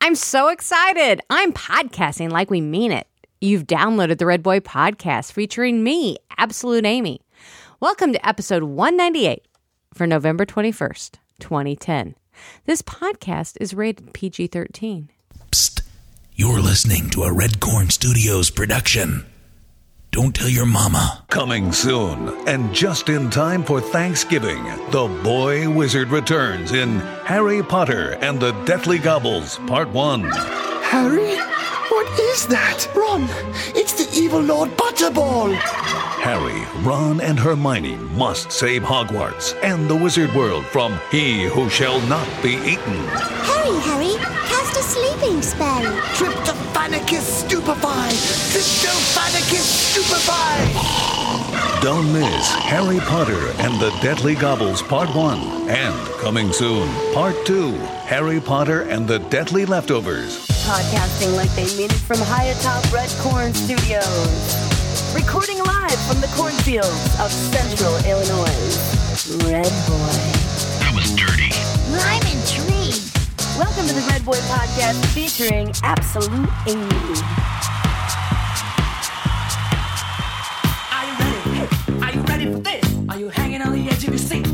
I'm so excited. I'm podcasting like we mean it. You've downloaded the Red Boy podcast featuring me, Absolute Amy. Welcome to episode 198 for November 21st, 2010. This podcast is rated PG 13. Psst, you're listening to a Red Corn Studios production. Don't tell your mama. Coming soon, and just in time for Thanksgiving, the boy wizard returns in Harry Potter and the Deathly Gobbles, Part 1. Harry? What is that? Ron, it's the evil Lord Butterball! Harry, Ron, and Hermione must save Hogwarts and the wizard world from He Who Shall Not Be Eaten. Hurry, Harry, cast a sleeping spell. Tryptophanicus stupefy! Tryptophanicus stupefy! Don't miss Harry Potter and the Deathly Gobbles, Part 1. And coming soon, Part 2 Harry Potter and the Deathly Leftovers. Podcasting like they mean it from high atop Red Corn Studios. Recording live from the cornfields of central Illinois. Red Boy. I'm intrigued. Welcome to the Red Boy Podcast featuring Absolute Amy. Are you ready? Hey, are you ready for this? Are you hanging on the edge of your seat?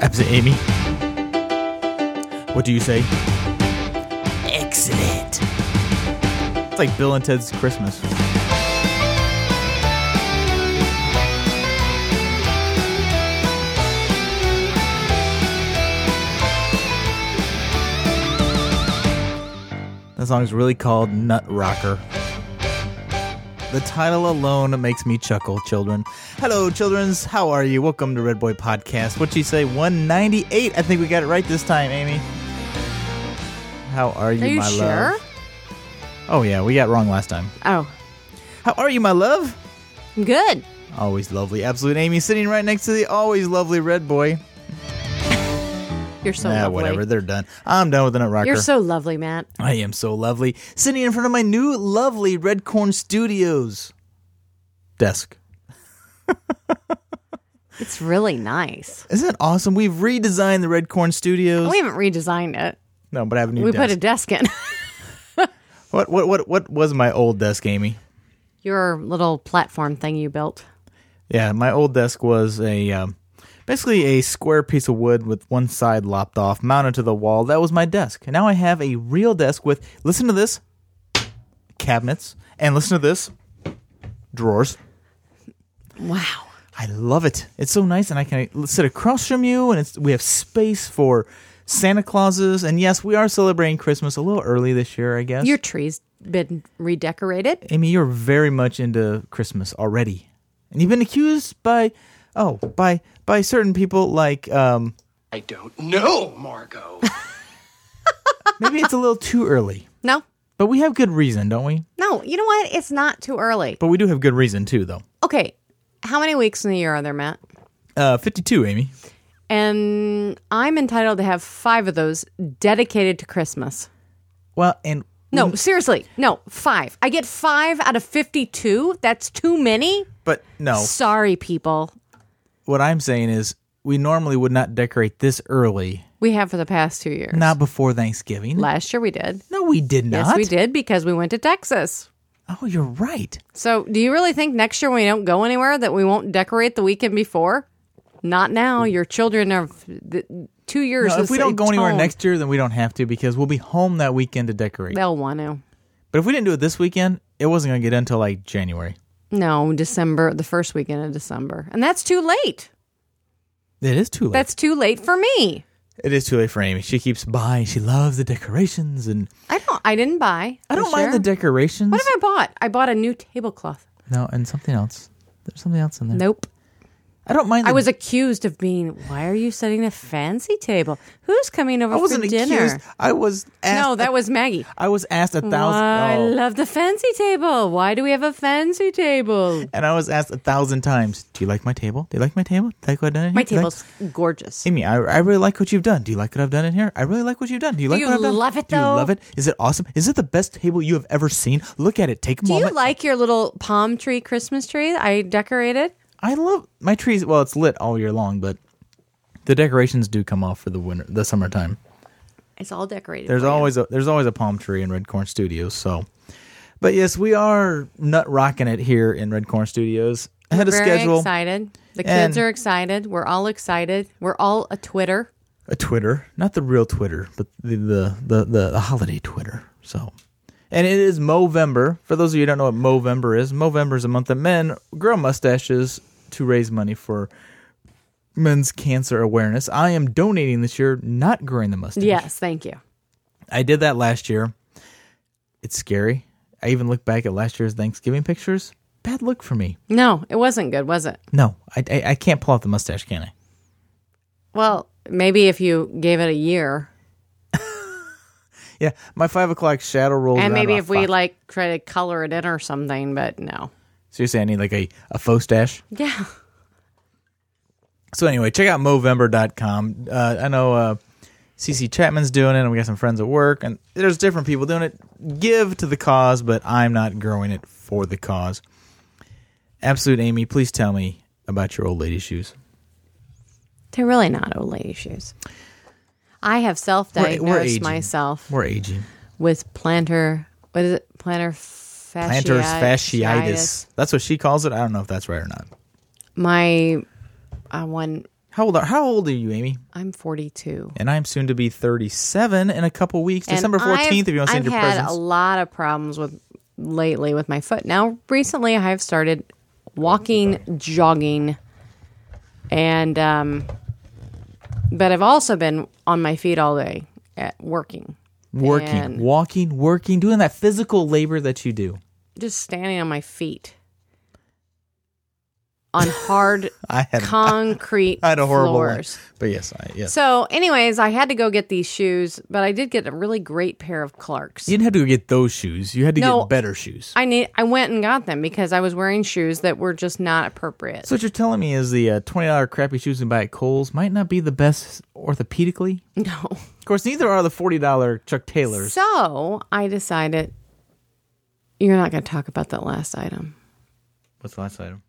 Absent Amy. What do you say? Excellent. It's like Bill and Ted's Christmas. That song's really called Nut Rocker. The title alone makes me chuckle, children. Hello, childrens. How are you? Welcome to Red Boy Podcast. What you say? 198. I think we got it right this time, Amy. How are you, Are you my sure? love? Oh yeah, we got it wrong last time. Oh, How are you, my love? I'm good. Always lovely, absolute Amy, sitting right next to the always lovely Red Boy. You're so Yeah, lovely. whatever. They're done. I'm done with the nut rocker. You're so lovely, Matt. I am so lovely, sitting in front of my new lovely Red Corn Studios desk. It's really nice. Isn't it awesome? We've redesigned the Red Corn Studios. We haven't redesigned it. no, but I have a new We desk. put a desk in. what, what, what, what was my old desk, Amy? Your little platform thing you built. Yeah, my old desk was a um, basically a square piece of wood with one side lopped off, mounted to the wall. That was my desk. And now I have a real desk with listen to this cabinets and listen to this drawers. Wow. I love it. It's so nice, and I can sit across from you, and it's, we have space for Santa Clauses. And yes, we are celebrating Christmas a little early this year, I guess. Your tree's been redecorated. Amy, you're very much into Christmas already, and you've been accused by, oh, by by certain people like, um, I don't know, Margot. maybe it's a little too early, No, but we have good reason, don't we? no. You know what? It's not too early. But we do have good reason too, though. Okay. How many weeks in the year are there, Matt? Uh, Fifty-two, Amy. And I'm entitled to have five of those dedicated to Christmas. Well, and No, Mm-hmm. seriously. No, five. I get five out of 52. That's too many. but no. Sorry, people. What I'm saying is, we normally would not decorate this early, We have for the past two years. not before Thanksgiving. Last year we did. No, we did not. Yes, we did because we went to Texas. Oh, you're right. So, do you really think next year when we don't go anywhere that we won't decorate the weekend before? Not now. Your children are th- two years. Mm. No, if is we don't go anywhere toned. next year, then we don't have to because we'll be home that weekend to decorate. they'll want to. But if we didn't do it this weekend, it wasn't going to get done until like January. No, December, the first weekend of December, and that's too late. It is too late. That's too late for me. it is too late for Amy. She keeps buying. She loves the decorations, and I don't. I didn't buy. I don't this mind year. the decorations. What have I bought? I bought a new tablecloth. no, and something else. There's something else in there. Nope. I don't mind. I the- was accused of being. Why are you setting a fancy table? Who's coming over I wasn't for dinner? accused. I was asked. No, that was Maggie. I was asked a thousand. Why, I oh. love the fancy table. Why do we have a fancy table? and I was asked a thousand times, "Do you like my table? Do you like my table? Do you like what I've done? in My here? Do you like- table's gorgeous. Amy, I, I really like what you've done. Do you like what I've done in here? I really like what you've done. Do you like you what I've done? love it, Do you though? love it? Is it awesome? Is it the best table you have ever seen? Look at it. Take a Do you moment. like your little palm tree Christmas tree that I decorated? I love my trees. Well, it's lit all year long, but the decorations do come off for the winter, the summertime. It's all decorated. There's for you. always a there's always a palm tree in Red Corn Studios. So, but yes, we are nut rocking it here in Red Corn Studios. Ahead of Very schedule, excited. The And- kids are excited. We're all excited. We're all a Twitter. a Twitter, not the real Twitter, but the the the, the, the holiday Twitter. So, and it is Movember. For those of you who don't know what Movember is, Movember is a month that men grow mustaches to raise money for men's cancer awareness. I am donating this year, not growing the mustache. Yes, thank you. I did that last year. It's scary. I even look back at last year's Thanksgiving pictures. Bad look for me. No, it wasn't good, was it? No, I, I, I can't pull off the mustache, can I? Well, maybe if you gave it a year, Yeah, my five o'clock shadow rolls. and around maybe about if we five. like try to color it in or something, but no. So you're saying I need like a, a faux stash? Yeah. So anyway, check out Movember.com. Uh, I know uh, CC Chapman's doing it, and we got some friends at work, and there's different people doing it. Give to the cause, but I'm not growing it for the cause. Absolute Amy, please tell me about your old lady shoes. They're really not old lady shoes. I have self We're- we're diagnosed aging. myself We're aging. with plantar, what is it? Plantar fasciitis. Plantar fasciitis. That's what she calls it. I don't know if that's right or not. My uh, one, How old are How old are you, Amy? I'm 42. And I'm soon to be 37 in a couple weeks, And December 14th. if you want to send I've your had presents. a lot of problems with lately with my foot. Now, recently, I've started walking, jogging, and um, but I've also been on my feet all day at working, working, and- walking, working, doing that physical labor that you do. just standing on my feet on hard I had concrete I had a horrible life. floors. But yes, I, yes. So, anyways, I had to go get these shoes, but I did get a really great pair of Clarks. you didn't have to go get those shoes. You had to No. get better shoes. I need. I went and got them because I was wearing shoes that were just not appropriate. so what you're telling me is the uh, twenty dollar crappy shoes you buy at Kohl's might not be the best orthopedically. no. Of course, neither are the forty dollar Chuck Taylors. So I decided you're not going to talk about that last item. What's the last item?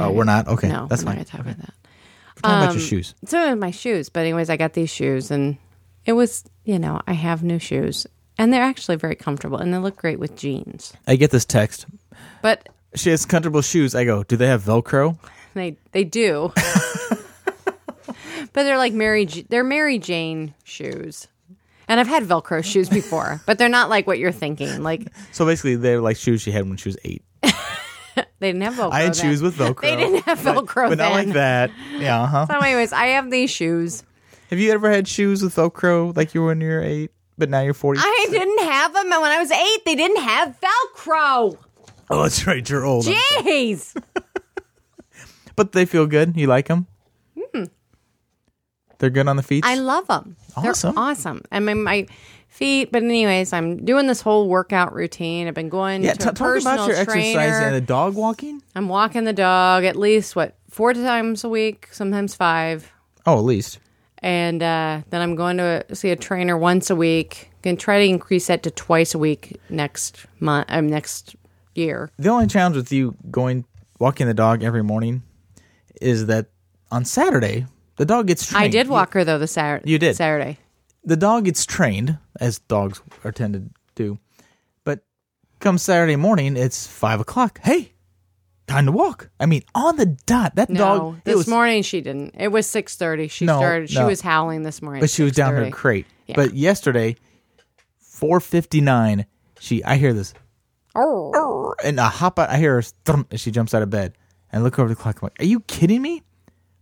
Oh, we're not okay. no, that's we're not fine. going to talk about that. Um, We're talking about your shoes. So it was my shoes, but anyways, I got these shoes, and it was you know I have new shoes, and they're actually very comfortable, and they look great with jeans. I get this text. But She has comfortable shoes. I go, do they have Velcro? they they do. but they're like Mary J- they're Mary Jane shoes. And I've had Velcro shoes before, but they're not like what you're thinking. Like So basically, they're like shoes she had when she was eight. they didn't have Velcro. I had then. shoes with Velcro. They didn't have Velcro. but not then. like that. Yeah. Uh-huh. So, anyways, I have these shoes. Have you ever had shoes with Velcro like you were when you were eight, but now you're forty? I didn't have them, and when I was eight, they didn't have Velcro. oh, that's right. You're old. Jeez. But they feel good. You like them? They're good on the feet. Hmm. I love them. Awesome. They're awesome. I mean, my feet. But anyways, I'm doing this whole workout routine. I've been going yeah. to T- a talk personal about your trainer. exercise and the dog walking. I'm walking the dog at least what four times a week, sometimes five, Oh, at least. and uh, then I'm going to see a trainer once a week. Going to try to increase that to twice a week next month. Um, next year. The only challenge with you going walking the dog every morning is that on Saturday the dog gets trained. I did walk her though the Saturday. You did. Saturday. the dog gets trained as dogs are tended to do, but come Saturday morning it's five o'clock. Hey, time to walk. I mean, on the dot. That No, dog. it this was, morning she didn't. It was six thirty. She No, started. She no. was howling this morning, but she was down her 6:30. crate. Yeah. But yesterday, four fifty nine, she I hear this Oh, and I hop out. I hear her thrum, and she jumps out of bed and I look over the clock. I'm like, "Are you kidding me?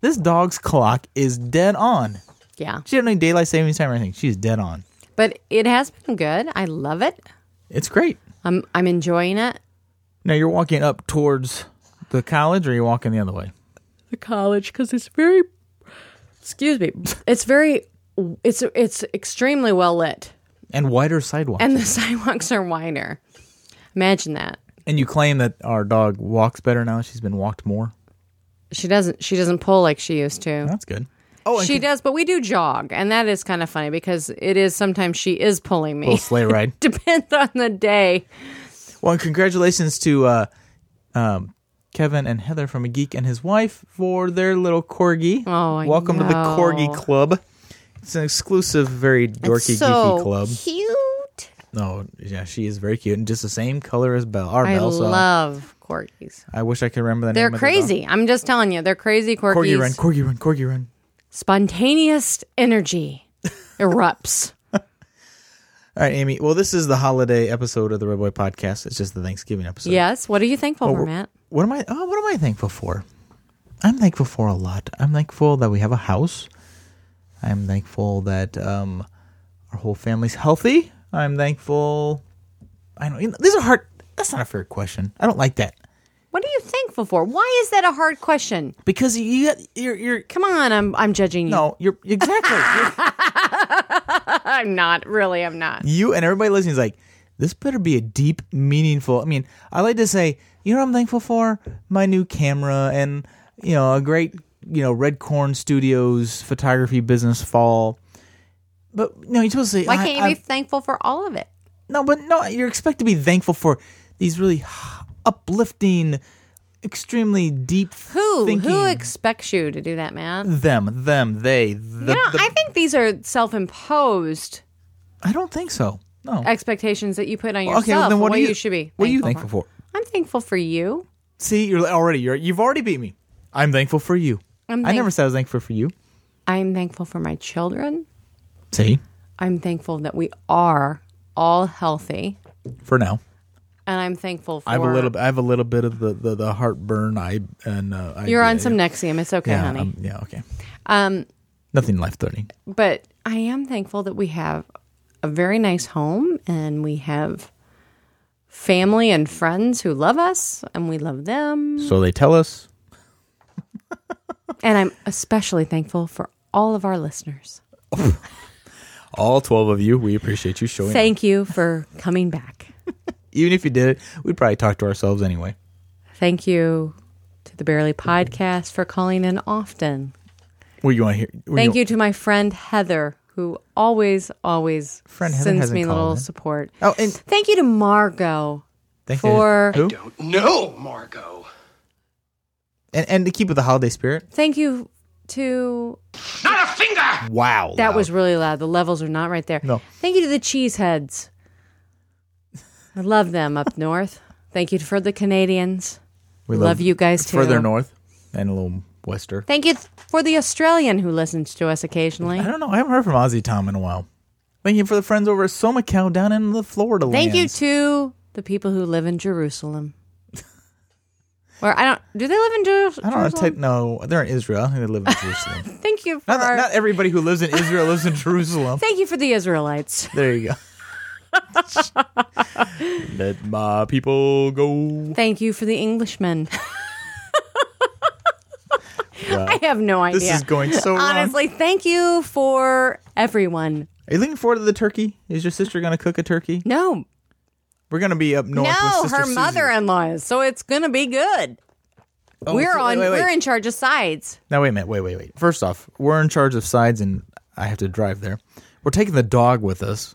This dog's clock is dead on. yeah. She doesn't need daylight savings time or anything. She's dead on. But it has been good. I love it. It's great. I'm I'm enjoying it. Now you're walking up towards the college, or you're walking the other way. the college because it's very, excuse me, it's very, it's it's extremely well lit, and wider sidewalks. and the sidewalks are wider. Imagine that. And you claim that our dog walks better now. She's been walked more. She doesn't. She doesn't pull like she used to. That's good. Oh, and She does, but we do jog, and that is kind of funny because it is sometimes she is pulling me. little sleigh ride. Depends on the day. Well, and congratulations to uh, um, Kevin and Heather from A Geek and his wife for their little corgi. Oh, I Welcome to the know. Corgi Club. It's an exclusive, very dorky, so geeky club. cute. No, yeah, she is very cute and just the same color as Belle. Our I Belle, so love corgis. I wish I could remember the They're name. of the crazy. I'm just telling you, they're crazy corgis. dog. Corgi run, corgi run, corgi run. Spontaneous energy erupts. All right, Amy. Well, this is the holiday episode of the Red Boy Podcast. It's just the Thanksgiving episode. yes. What are you thankful for, we're- Matt? What am I? Oh, what am I thankful for? I'm thankful for a lot. I'm thankful that we have a house. I'm thankful that um, our whole family's healthy. I'm thankful. I know, you know these are hard. That's not a fair question. I don't like that What are you thankful for? Why is that a hard question? because you got you're you're Come on, I'm I'm judging you. no you're exactly You're- I'm not. Really, I'm not. you and everybody listening is like this better be a deep meaningful. I mean, I like to say you know what I'm thankful for my new camera and you know a great you know Red Corn Studios photography business fall. But no, you're supposed to say Why I- can't you I'm- be thankful for all of it? No, but no, you're expected to be thankful for these really uplifting, extremely deep. Who thinking. who expects you to do that, Matt? them, them, they. The, you know, the- I think these are self-imposed I don't think so. No. expectations that you put on well, yourself. then what and are you- should be? what are you thankful I'm thankful for you. See, you're already you're you've already beat me. I'm thankful for you. I'm I thank- never said I was thankful for you. I'm thankful for my children. See, I'm thankful that we are all healthy, for now, and I'm thankful for. I have a little. I have a little bit of the the, the heartburn. I and uh, I- You're on yeah, some Nexium. It's okay, Yeah, honey. um, yeah. Okay. um, Nothing life threatening. but I am thankful that we have a very nice home and we have family and friends who love us and we love them. So they tell us. And I'm especially thankful for all of our listeners. All twelve of you, we appreciate you showing. up. Thank you for coming back. Even if you did it, we'd probably talk to ourselves anyway. Thank you to the Barely Podcast for calling in often. What you want to hear? what Thank you to my friend Heather, who always, always Friend Heather sends hasn't me called little in. support. Oh, and Thank you to Margot thank you- for. who? Don't know, Margot. And, and to keep with the holiday spirit. Thank you to Not a finger! Wow, That loud. was really loud. The levels are not right there. No. Thank you to the cheeseheads. I love them up north. Thank you for the Canadians. we love you guys, too. Further north and a little wester. Thank you th- for the Australian who listens to us occasionally. I don't know. I haven't heard from Ozzy Tom in a while. Thank you for the friends over at Somacow down in the Florida. Thank you lands. to the people who live in Jerusalem. Where I don't do they live in Jeru- I don't know. Jerusalem? Type, no, they're in Israel. I think they live in Jerusalem. Thank you for not, that- not everybody who lives in Israel lives in Jerusalem. Thank you for the Israelites. There you go. Let my people go. Thank you for the Englishmen. I have no idea. This is going so wrong. Honestly, thank you for everyone. Are you looking forward to the turkey? Is your sister going to cook a turkey? No, We're going to be up north. with no, Sister her Susan. mother-in-law is, so it's gonna be good. Oh, we're so- wait, on. wait, wait. We're in charge of sides. Now wait a minute. Wait, wait, wait. First off, we're in charge of sides, and I have to drive there. We're taking the dog with us,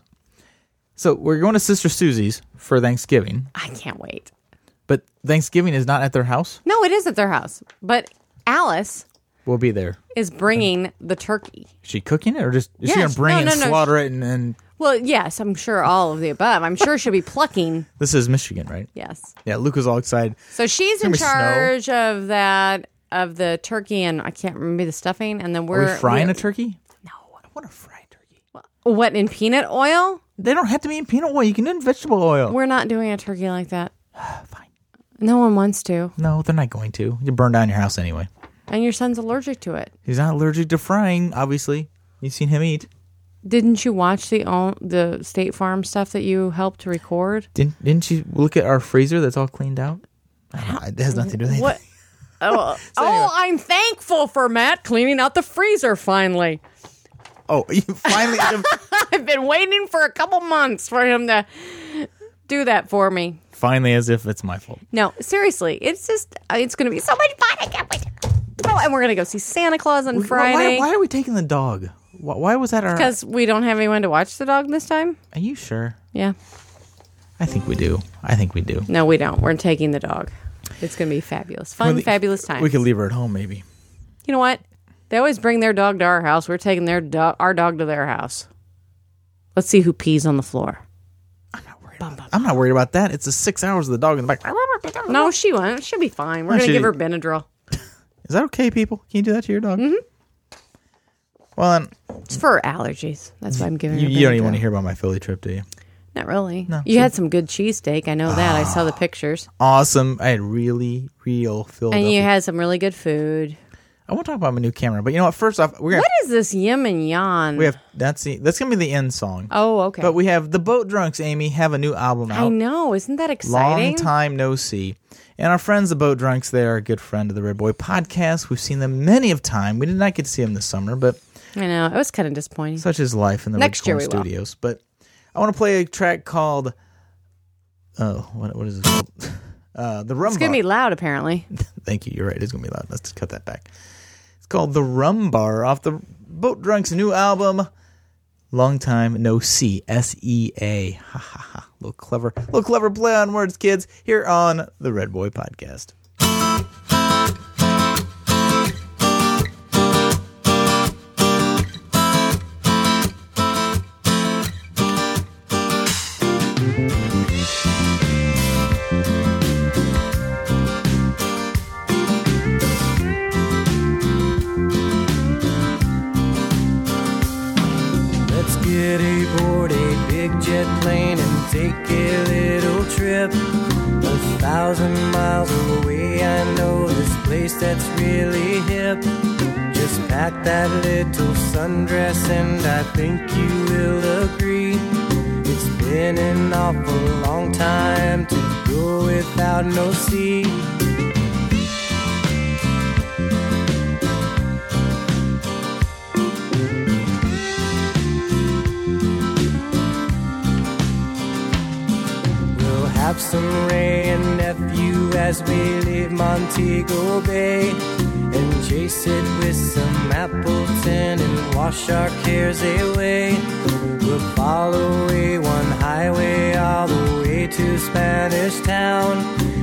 so we're going to Sister Susie's for Thanksgiving. I can't wait. But Thanksgiving is not at their house. No, it is at their house, but Alice We'll be there. is bringing the turkey. Is she cooking it, or just is she Yeah, going to bring no, it no, and no. slaughter it? And, and Well, yes, I'm sure all of the above. I'm sure she'll be plucking. this is Michigan, right? Yes. Yeah, Luke was all excited. So she's gonna in be snow. charge of that of the turkey, and I can't remember the stuffing. And then Are we're we frying we're- a turkey? No, I want to fry a turkey. What in peanut oil? They don't have to be in peanut oil. You can do it in vegetable oil. We're not doing a turkey like that. Fine. No one wants to, no, they're not going to. You burn down your house anyway. and your son's allergic to it. He's not allergic to frying. Obviously, you've seen him eat. Didn't you watch the own, the State Farm stuff that you helped to record? Didn't didn't you look at our freezer that's all cleaned out? I don't know. It has nothing to do with anything. What? oh, oh, I'm thankful for Matt cleaning out the freezer finally. Oh, you finally. I've been waiting for a couple months for him to do that for me. finally, as if it's my fault. No, seriously, it's just uh, it's going to be so much fun. I can't wait. Oh, and we're going to go see Santa Claus on Friday. Why, why are we taking the dog? Why, why was that our? Because we don't have anyone to watch the dog this time. Are you sure? Yeah. I think we do. I think we do. No, we don't. We're taking the dog. It's going to be fabulous. Fun, Well, fabulous time. We could leave her at home, maybe. you know what? They always bring their dog to our house. We're taking their dog, our dog to their house. Let's see who pees on the floor. I'm not worried about that. It's the six hours of the dog in the back. No, she won't. She'll be fine. We're No, going she- to give her Benadryl. Is that okay, people? Can you do that to your dog? Mm-hmm. Well, then, It's for her allergies. That's why I'm giving her you, you don't even Benadryl. want to hear about my Philly trip, do you? Not really. No, you she- had some good cheesesteak. I know that. I saw the pictures. Awesome. I had really, real Philadelphia. And you had some really good food. I won't talk about my new camera, but you know what? First off, we're gonna What is this yim and yan? we have that's the that's gonna be the end song. oh, okay. But we have the Boat Drunks. Amy have a new album out. I know. Isn't that exciting? Long time no see. And our friends, the Boat Drunks, they are a good friend of the Red Boy podcast. We've seen them many of time. We did not get to see them this summer, but I know. It was kind of disappointing. such is life in the Next Red Corn year we will. Studios. But I want to play a track called Oh, what, what is it called? Uh, the Rumba. it's going to be loud, apparently. Thank you. You're right. It's gonna be loud. Let's cut that back. It's called the Rum Bar off the Boat Drunk's new album. Long time no see. S E A. Ha ha ha. Little clever, little clever play on words, kids. Here on the Red Boy Podcast. Let's get aboard a big jet plane and take a little trip. A thousand miles away, I know this place that's really hip. Just pack that little sundress, and I think you will agree. It's been an awful long time to go without no sea. We'll have some Ray and nephew as we leave Montego Bay and chase it with some Appleton and wash our cares away. We'll follow a one highway all the way to Spanish Town.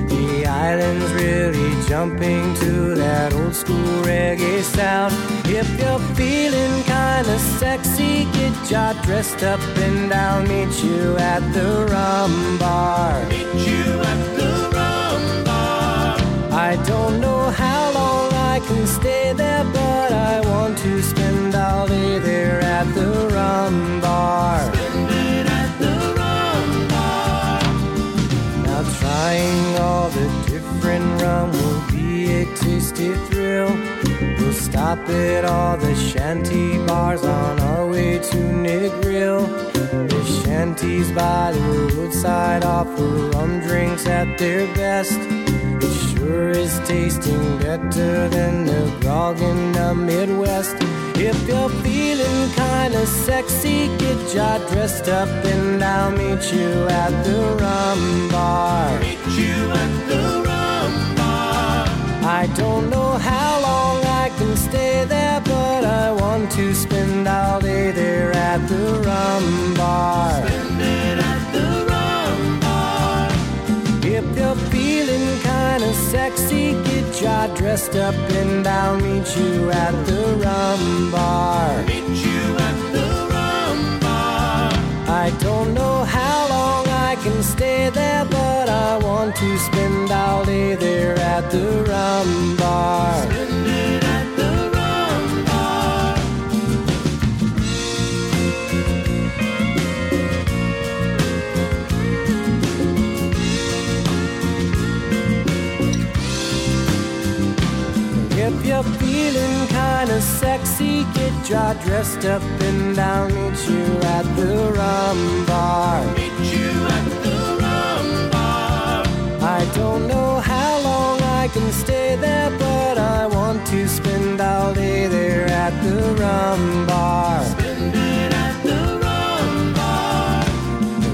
The island's really jumping to that old school reggae sound. If you're feeling kinda sexy, get ya dressed up and I'll meet you at the rum bar. Meet you at the rum bar. I don't know how long I can stay there, but I want to spend all day there at the rum bar. Spend it at the rum bar. Now trying all the different rum will be a tasty thrill. We'll stop at all the shanty bars on our way to Negril. The shanties by the roadside offer rum drinks at their best. It sure is tasting better than the grog in the Midwest. If you're feeling kinda sexy, get ya dressed up and I'll meet you at the rum bar. Meet you at the rum bar. I don't know how long I can stay there, but I want to spend all day there at the rum bar. Spend it at the rum bar. If you're feeling kinda sexy, get ya dressed up and I'll meet you at the rum bar. Meet you at the rum bar. I don't know how long I can stay there, but I want to spend all day there at the rum bar. Spend it at the rum bar. If you're feeling kinda sexy, get ya dressed up and I'll meet you at the rum bar. Meet you at the rum bar. I don't know how long I can stay there, but to spend all day there at the rum bar.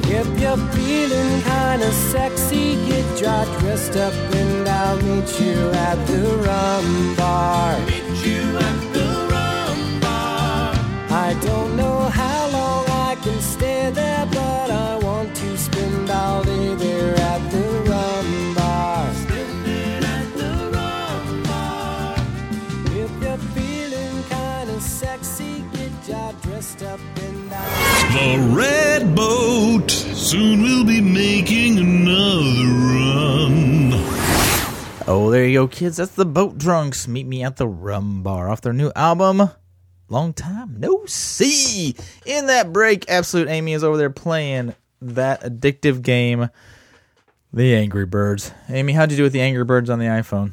If you're feeling kinda sexy, get dry, dressed up, and I'll meet you at the rum bar. I don't know how long I can stay there, but I want to spend all day there at the rum bar. If you're feeling kinda sexy, get your dressed up and I The red boat soon will be making another run. Oh, there you go, kids. That's the Boat Drunks. Meet me at the Rum Bar off their new album. Long time no see. In that break, Absolute Amy is over there playing that addictive game, The Angry Birds. Amy, how'd you do with the Angry Birds on the iPhone?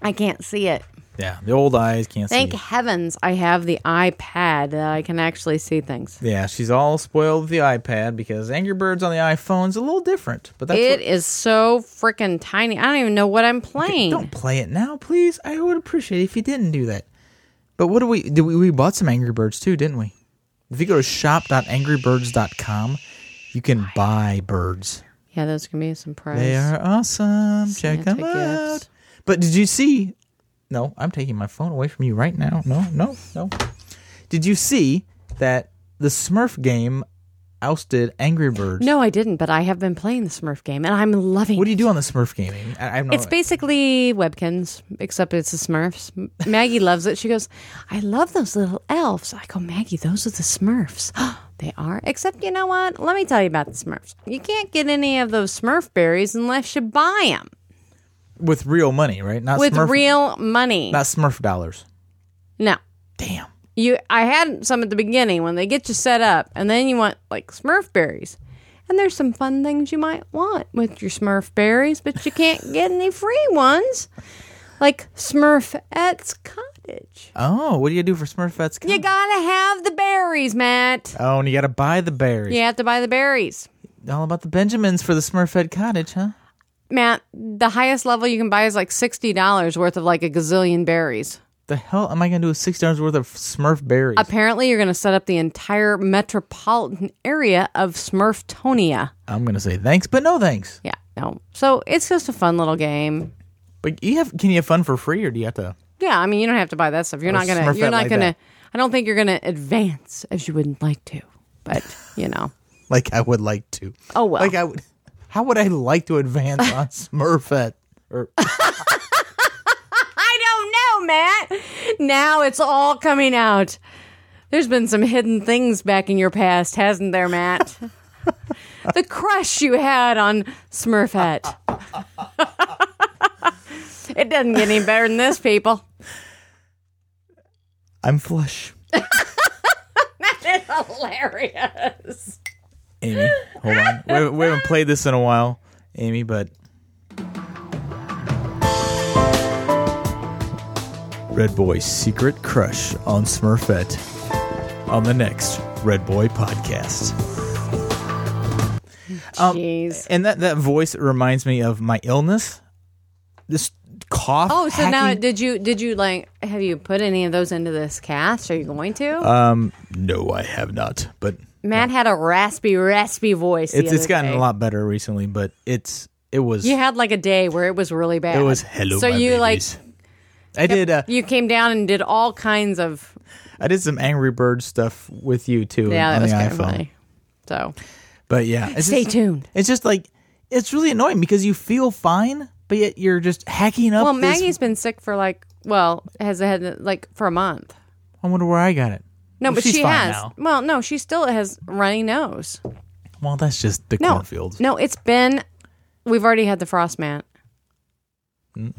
I can't see it. Yeah, the old eyes can't Thank see. heavens I have the iPad that I can actually see things. Yeah, she's all spoiled with the iPad because Angry Birds on the iPhone's a little different. But that's It what- is so freaking tiny. I don't even know what I'm playing. don't play it now, please. I would appreciate it if you didn't do that. But what do we did we, we bought some Angry Birds too, didn't we? If you go to shop.angrybirds.com, you can buy birds. yeah, those can be some prize. They are awesome. Check them Santa out. gifts. But did you see? No, I'm taking my phone away from you right now. No, no, no. Did you see that the Smurf game ousted Angry Birds? No, I didn't, but I have been playing the Smurf game and I'm loving What do it. you do on the Smurf game? Amy? I, I'm not, It's basically Webkins, except it's the Smurfs. M- Maggie loves it. She goes, I love those little elves. I go, Maggie, those are the Smurfs. they are. Except, you know what? Let me tell you about the Smurfs. You can't get any of those Smurf berries unless you buy them with real money, right? Not with Smurf, real money. not Smurf dollars. no. Damn. You, I had some at the beginning when they get you set up, and then you want like Smurf berries. And there's some fun things you might want with your Smurf berries, but you can't get any free ones. Like Smurfette's Cottage. Oh, what do you do for Smurfette's? You gotta have the berries, Matt. Oh, and you got to buy the berries. You have to buy the berries. All about the Benjamins for the Smurfette cottage, huh? Matt, the highest level you can buy is like $60 worth of like a gazillion berries. The hell am I going to do with six dollars worth of Smurf Uh, berries? Apparently, you're gonna set up the entire metropolitan area of Smurftonia. I'm going to say thanks, but no thanks. Yeah, no. So it's just a fun little game. But you have can you have fun for free or do you have to? Yeah, I mean, you don't have to buy that stuff. You're Or not gonna. Smurfette you're not like gonna. that. I don't think you're gonna advance as you would like to. But you know, Like I would like to. Oh, well. Like I would. How would I like to advance on Smurfette? Or I don't know, Matt. Now it's all coming out. There's been some hidden things back in your past, hasn't there, Matt? the crush you had on Smurfette. it doesn't get any better than this, people. I'm flush. It's hilarious. Amy, hold on. We haven't, we haven't played this in a while, Amy, but. Red Boy's secret crush on Smurfette on the next Red Boy podcast. Um, Jeez. And that, that voice reminds me of my illness. This cough. Oh, so now hacking- did you did you like have you put any of those into this cast? Are you going to? Um, no, I have not, but Matt had a raspy, raspy voice. the it's it's other gotten day. a lot better recently. But it's it was You had like a day where it was really bad. it was hello. So my you like babies. I did uh, you came down and did all kinds of I did some Angry Bird stuff with you too yeah. on That was the kind iPhone. of funny. So But yeah, it's stay just, tuned. It's just like it's really annoying because you feel fine, but yet you're just hacking up. Well, this- Maggie's been sick for like well has had like for a month. I wonder where I got it. No, Well, but she's she fine has. now. Well, no, she still has runny nose. Well, that's just the No, cornfield. no, it's been. We've already had the frost, Matt.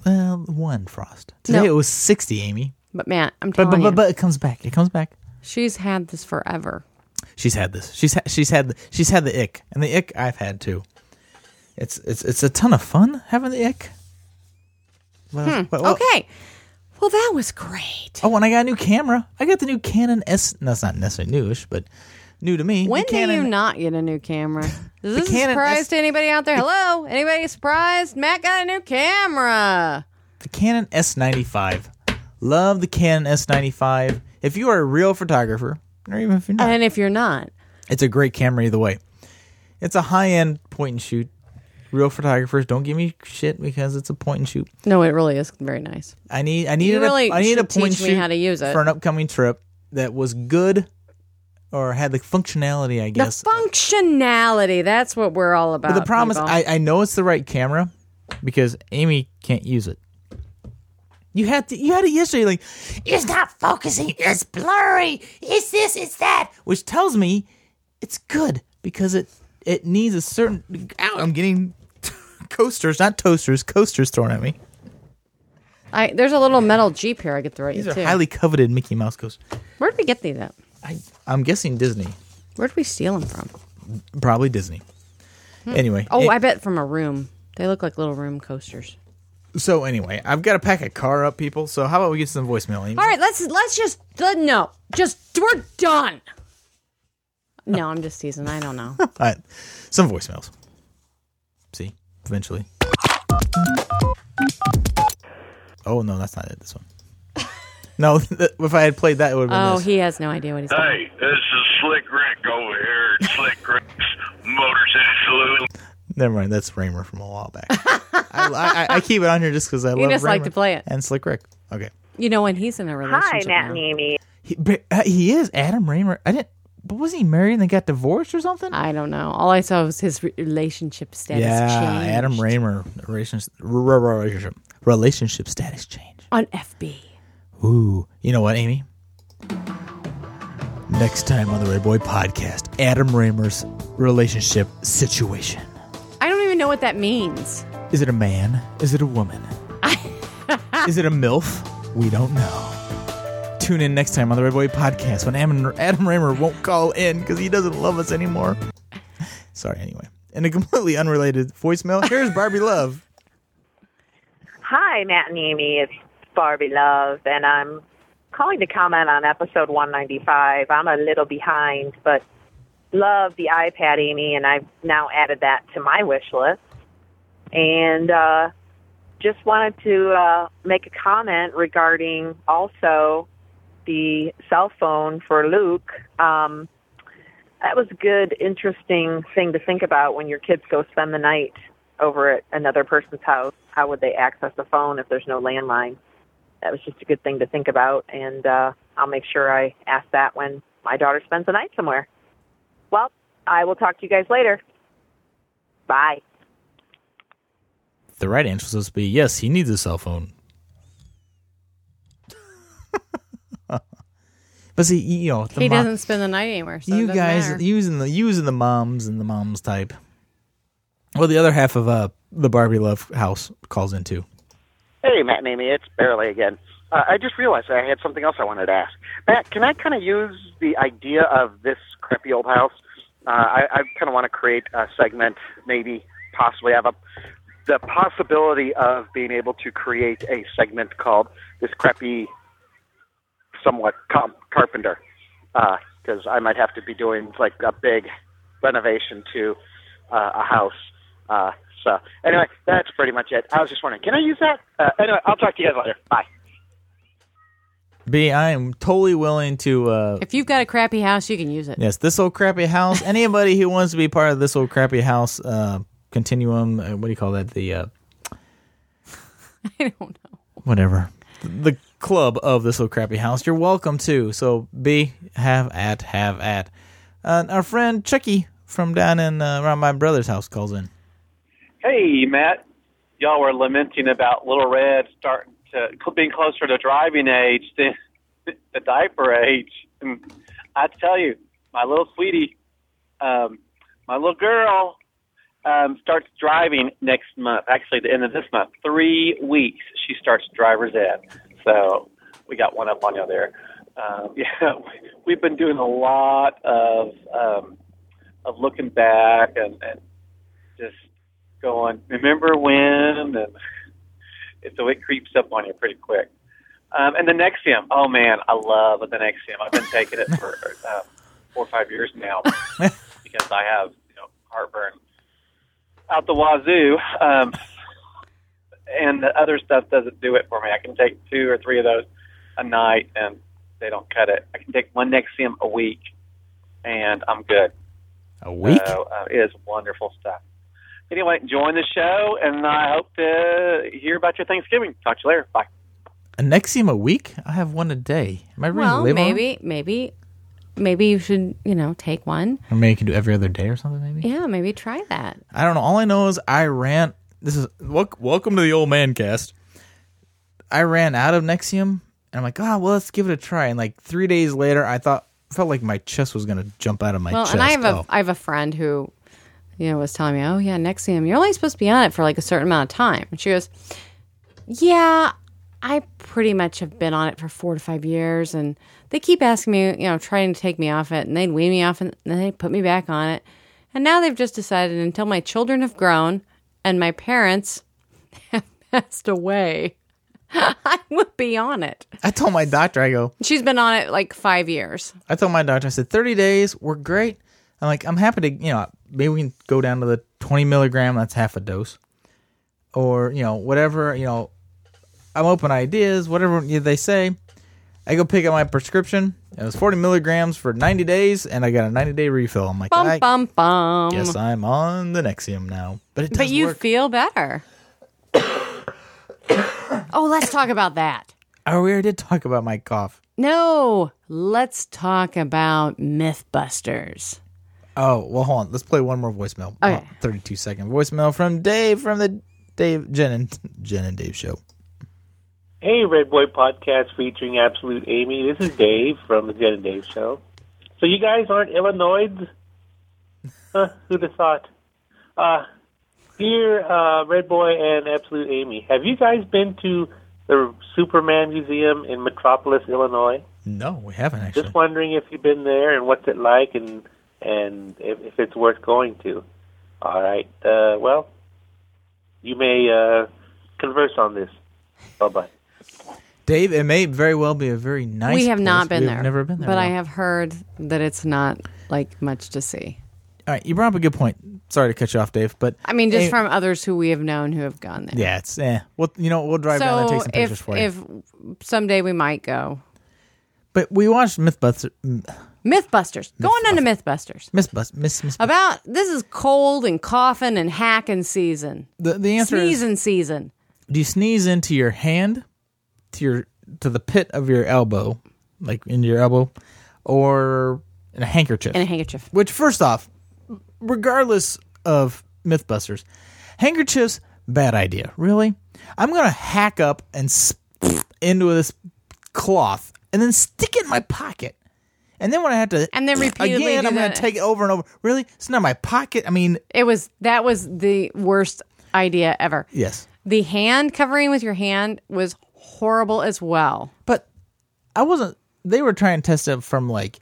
Well, one frost today. No. Oh, It was sixty, Amy. But Matt, I'm But telling but, but you, but it comes back. It comes back. she's had this forever. She's had this. She's ha- she's had she's had the ick, and the ick I've had too. It's it's it's a ton of fun having the ick. What else- what- what- Hmm. Okay. Well, that was great. Oh, and I got a new camera. I got the new Canon S. That's not necessarily newish, but new to me. The When do you Canon- not get a new camera? Is this a Canon surprise S- to anybody out there? Hello? Anybody surprised? Matt got a new camera. The Canon S95. Love the Canon S95. If you are a real photographer, or even if you're not, And if you're not, it's a great camera either way. It's a high end point and shoot. Real photographers don't give me shit because it's a point and shoot. no, it really is very nice. I need I need really a, I need a should point teach me shoot how to use it. for an upcoming trip that was good or had the functionality. I The guess. functionality, that's what we're all about. but the problem people. is I, I know it's the right camera because Amy can't use it. You had to you had it yesterday like it's not focusing. It's blurry. It's this. It's that. Which tells me it's good because it it needs a certain. Ow, I'm getting coasters, not toasters. Coasters thrown at me. I- there's a little metal Jeep here I could throw at you, These are too. highly coveted Mickey Mouse coasters. Where'd we get these at? I'm guessing Disney. Where'd we steal them from? Probably Disney. Anyway. Oh, it- I bet from a room. They look like little room coasters. So anyway, I've got to pack a car up, people. So how about we get some voicemail? Amy? All right, let's let's just uh, no, just we're done. No, I'm just teasing. I don't know. All right. Some voicemails. See, eventually. Oh no, that's not it. This one. No, if I had played that, it would have been oh, this. he has no idea what he's. doing. Hey, this is Slick Rick over here at Slick Rick's Motorcycle Saloon. Never mind. That's Raymer from a while back. I, I, I keep it on here just because I You love. just like Raymer to play it. And Slick Rick. Okay. You know when he's in a relationship. now. Amy. He, but, uh, he is Adam Raymer. I didn't. But was he married and they got divorced or something? I don't know. All I saw was his re- relationship status yeah, change Adam Raymer relationship relationship relationship status change. on FB. Ooh, you know what, Amy? Next time on the Red Boy Podcast, Adam Raymer's relationship situation. I don't even know what that means. Is it a man? Is it a woman? Is it a MILF? We don't know. Tune in next time on the Red Boy Podcast when Adam, Adam Raymer won't call in because he doesn't love us anymore. Sorry, anyway. In a completely unrelated voicemail, here's Barbie Love. Hi, Matt and Amy. It's Barbie Love, and I'm calling to comment on episode 195. I'm a little behind, but love the iPad, Amy, and I've now added that to my wish list. And uh, just wanted to uh, make a comment regarding also the cell phone for Luke. Um, that was a good, interesting thing to think about when your kids go spend the night over at another person's house. How would they access the phone if there's no landline? That was just a good thing to think about, and uh, I'll make sure I ask that when my daughter spends the night somewhere. Well, I will talk to you guys later. Bye. The right answer was supposed to be yes, he needs a cell phone. but see, you know, the He mo- doesn't spend the night anywhere. So it you doesn't guys matter. using the using the moms and the moms type. Well, the other half of uh the Barbie Love house calls in too. Hey, Matt and Amy, it's Barely again. Uh, I just realized I had something else I wanted to ask. Matt, can I kind of use the idea of this crappy old house? Uh, I, I kind of want to create a segment, maybe, possibly have a the possibility of being able to create a segment called "This Crappy Somewhat Com- Carpenter," because I might have to be doing like a big renovation to uh, a house. Uh, so anyway, that's pretty much it. I was just wondering, can I use that? Uh, anyway, I'll talk to you guys later. Bye. B, I am totally willing to. uh If you've got a crappy house, you can use it. Yes, this old crappy house. Anybody who wants to be part of this old crappy house uh continuum, uh, what do you call that? The uh I don't know. whatever the club of this little crappy house you're welcome to so b have at have at uh, our friend chucky from down in uh, around my brother's house calls in Hey, Matt. Y'all were lamenting about Little Red starting to being closer to driving age than the diaper age. And I tell you, my little sweetie, um, my little girl, um, starts driving next month. Actually, the end of this month, three weeks, she starts driver's ed. So we got one up on you there. Um, yeah, we've been doing a lot of um, of looking back and, and just going, remember when? And so it creeps up on you pretty quick. Um, and the Nexium, oh man, I love the Nexium. I've been taking it for um, four or five years now because I have you know, heartburn out the wazoo, um, and the other stuff doesn't do it for me. I can take two or three of those, a night and they don't cut it. I can take one Nexium a week and I'm good. A week? So, uh, it is wonderful stuff. Anyway, join the show and I hope to hear about your Thanksgiving. Talk to you later. Bye. A Nexium a week? I have one a day. Am I really well, labeled? maybe, maybe, maybe you should, you know, take one. Or maybe you can do every other day or something, maybe? Yeah, maybe try that. I don't know. All I know is I ran. This is wel- welcome to the old man cast. I ran out of Nexium, and I'm like, ah, well, let's give it a try. And like three days later, I thought felt like my chest was gonna jump out of my well, chest. and I have a Oh. I have a friend who, you know, was telling me, oh yeah, Nexium, you're only supposed to be on it for like a certain amount of time. And she goes, yeah, I pretty much have been on it for four to five years, and they keep asking me, you know, trying to take me off it, and they'd wean me off, and then they put me back on it, and now they've just decided until my children have grown and my parents have passed away, I would be on it. I told my doctor, I go, She's been on it like five years. I told my doctor, I said, 30 days, we're great. I'm like, I'm happy to, you know, maybe we can go down to the 20 milligram, that's half a dose, or, you know, whatever, you know, I'm open to ideas, whatever they say. I go pick up my prescription. It was 40 milligrams for 90 days, and I got a 90 day refill. I'm like, Bum I bum bum. guess I'm on the Nexium now. But it does but you work. feel better. oh, let's talk about that. Oh, we already did talk about my cough. No, let's talk about Mythbusters. Oh, well, hold on. Let's play one more voicemail. Okay. Oh, 32 second voicemail from Dave from the Dave, Jen and, Jen and Dave show. Hey, Red Boy Podcast featuring Absolute Amy. This is Dave from the Jen and Dave Show. So you guys aren't Illinoisans? Huh, who'd have thought? Uh, dear uh, Red Boy and Absolute Amy, have you guys been to the Superman Museum in Metropolis, Illinois? No, we haven't actually. Just wondering if you've been there and what's it like and and if, if it's worth going to. All right. Uh, well, you may uh, converse on this. Bye bye. Dave, it may very well be a very nice. we have not place. been We have there. Never been there. But I no. have heard that it's not like much to see. All right, you brought up a good point. Sorry to cut you off, Dave, but I mean, just Eh, from others who we have known who have gone there. yeah, it's eh. Well, you know, we'll drive down there and take so some pictures if for you. if someday we might go but we watched Mythbusters. mm, Mythbusters. Going into Mythbusters. Mythbusters. Miss, miss, About this is cold and coughing and hacking season. the the answer is: Sneezing season. Do you sneeze into your hand, to your to the pit of your elbow, like into your elbow, or in a handkerchief? In a handkerchief. Which, first off, regardless of MythBusters, handkerchiefs bad idea. Really, I'm gonna hack up and sp- into this cloth and then stick it in my pocket, and then when I have to And then repeatedly again, do I'm gonna that. take it over and over. Really, it's not my pocket. I mean, It was that was the worst idea ever. yes, The hand covering with your hand was horrible as well. but I wasn't. They were trying to test it from like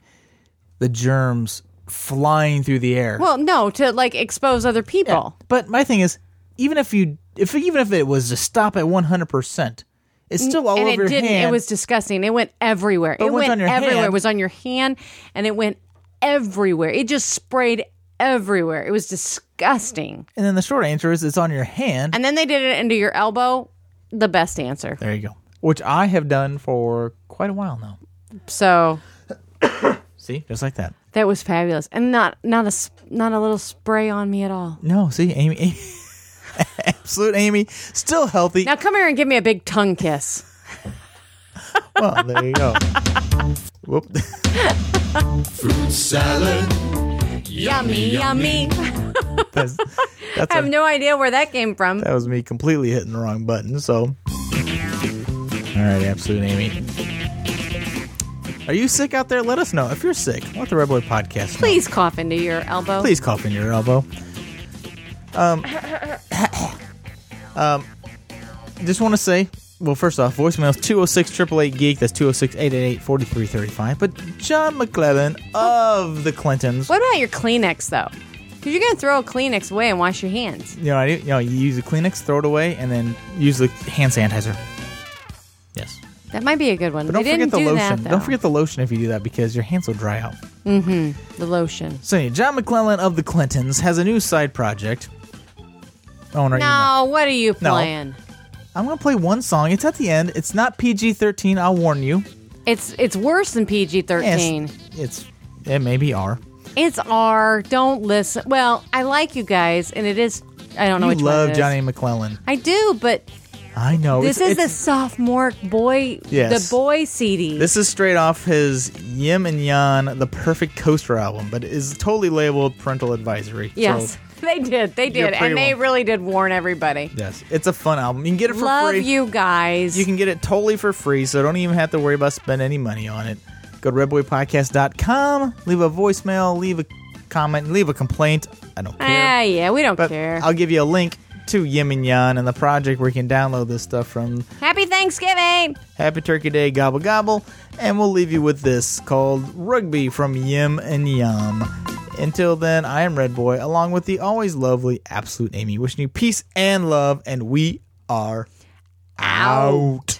the germs flying through the air. Well, no, to like expose other people. But my thing is, even if you, if even if it was to stop at one hundred percent, it's still all and over it your didn't. hand. It was disgusting. It went everywhere. But it once went on your everywhere. hand- it was on your hand and it went everywhere. It just sprayed everywhere. It was disgusting. and then the short answer is, it's on your hand. And then they did it into your elbow. The best answer. there you go. Which I have done for quite a while now. So See, just like that. that was fabulous, and not not a s- not a little spray on me at all. No, see, Amy, absolute Amy, still healthy. Now come here and give me a big tongue kiss. well, there you go. Whoop. Fruit salad. Yummy, yummy. That's, that's I have a- no idea where that came from. that was me completely hitting the wrong button. So, all right, absolute Amy. Are you sick out there? Let us know if you're sick. Let the Red Boy Podcast know. Please cough into your elbow. Please cough in your elbow. Um, um, just want to say, well, first off, oh voicemail is 206 888 Geek. That's 206 888 4335. But John McClellan of the Clintons, What about your Kleenex though? Because you're gonna throw a Kleenex away and wash your hands. you know, I do, you know, you use the Kleenex, throw it away, and then use the hand sanitizer. Yes. That might be a good one. But don't they didn't forget the do lotion. that though. don't forget the lotion if you do that because your hands will dry out. the lotion. So, anyway, John McClellan of the Clintons has a new side project. Oh, no. No, what are you No. playing? I'm gonna play one song. It's at the end. It's not PG-13. I'll warn you. It's it's worse than PG-13. Yes, it's it may be R. It's R. Don't listen. Well, I like you guys, and it is. I don't know. You which love one it is. Johnny McClellan. I do, but I know. this It's- is the it's- sophomore boy. Yes. The boy CD. This is straight off his Yim and Yan, the Perfect Coaster album, but it is totally labeled parental advisory. So, yes, they did. They You're did, pretty and they wel- really did warn everybody. yes, it's a fun album. You can get it for Love free. you guys. You can get it totally for free, so don't even have to worry about spending any money on it. Go to redboypodcast.com, leave a voicemail, leave a comment, leave a complaint. I don't care. ah, yeah, we don't but care. I'll give you a link to Yim and Yan and the project where you can download this stuff from. Happy Thanksgiving. Happy Turkey Day, gobble gobble. And we'll leave you with this called Rugby from Yim and Yum. Until then, I am Red Boy, along with the always lovely Absolute Amy, wishing you peace and love, and we are out.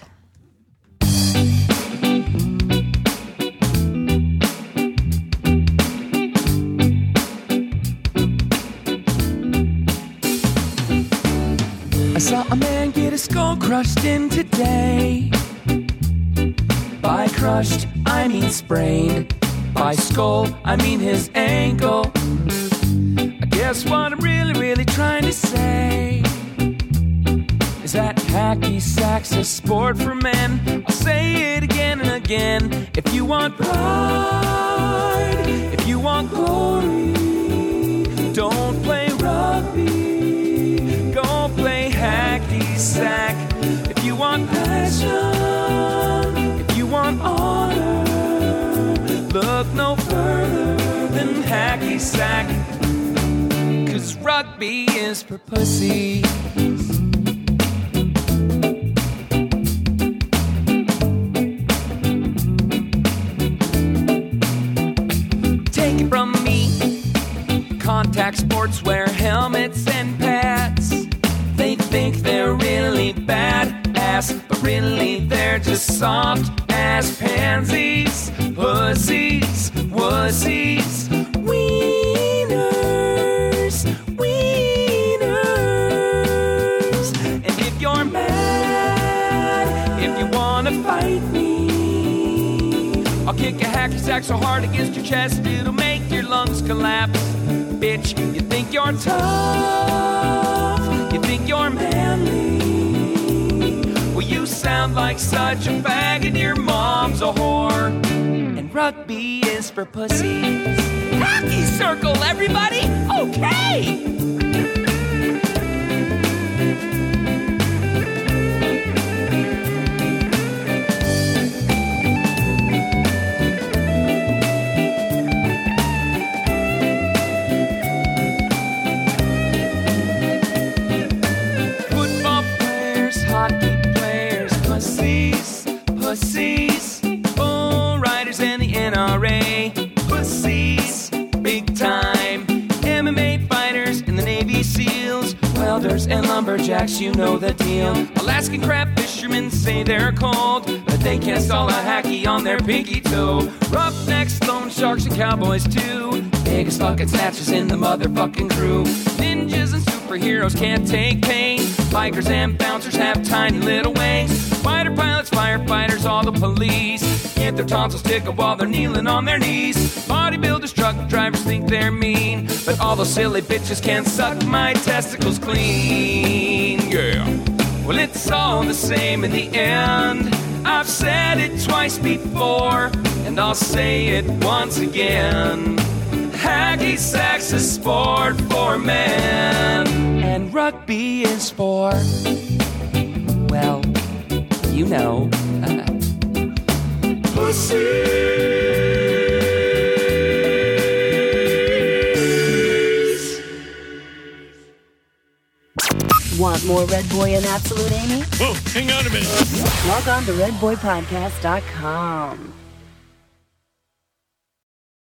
I saw a man get his skull crushed in today. By crushed, I mean sprained. By skull, I mean his ankle. I guess what I'm really, really trying to say is that hacky sack's a sport for men. I'll say it again and again. If you want pride, if you want glory, don't play rugby. Go play hacky sack. If you want passion, if you want honor, look no further than hacky sack. Cause rugby is for pussies. Take it from me. Contact sports wear helmets and pads. They think they're really bad ass, but really they're just soft ass pansies, pussies, wussies, wieners, wieners. And if you're mad, if you wanna fight me, I'll kick a hacky sack so hard against your chest it'll make your lungs collapse. Bitch, you think you're tough, you think you're manly. Well, you sound like such a fag and your mom's a whore. And rugby is for pussies. Hacky circle, everybody! Okay! Football players, hockey players, pussies, pussies, bull riders and the NRA, pussies, big time, MMA fighters and the Navy SEALs, welders and lumberjacks, you know the deal. Alaskan crab fishermen say they're cold, but they can't stall a hacky on their pinky toe. Roughnecks, lone sharks, and cowboys too. Biggest fucking snatchers in the motherfucking crew. Ninjas and superheroes can't take pain. Bikers and bouncers have tiny little wings. Fighter pilots, firefighters, all the police. Get their tonsils tickled while they're kneeling on their knees. Bodybuilders, truck drivers think they're mean. But all those silly bitches can suck my testicles clean. Yeah. Well, it's all the same in the end. I've said it twice before, and I'll say it once again. Hacky sack's a sport for men, and rugby is for, well, you know, pussies. Want more Red Boy and Absolute Amy? Whoa, hang on a minute. Log on to redboypodcast.com.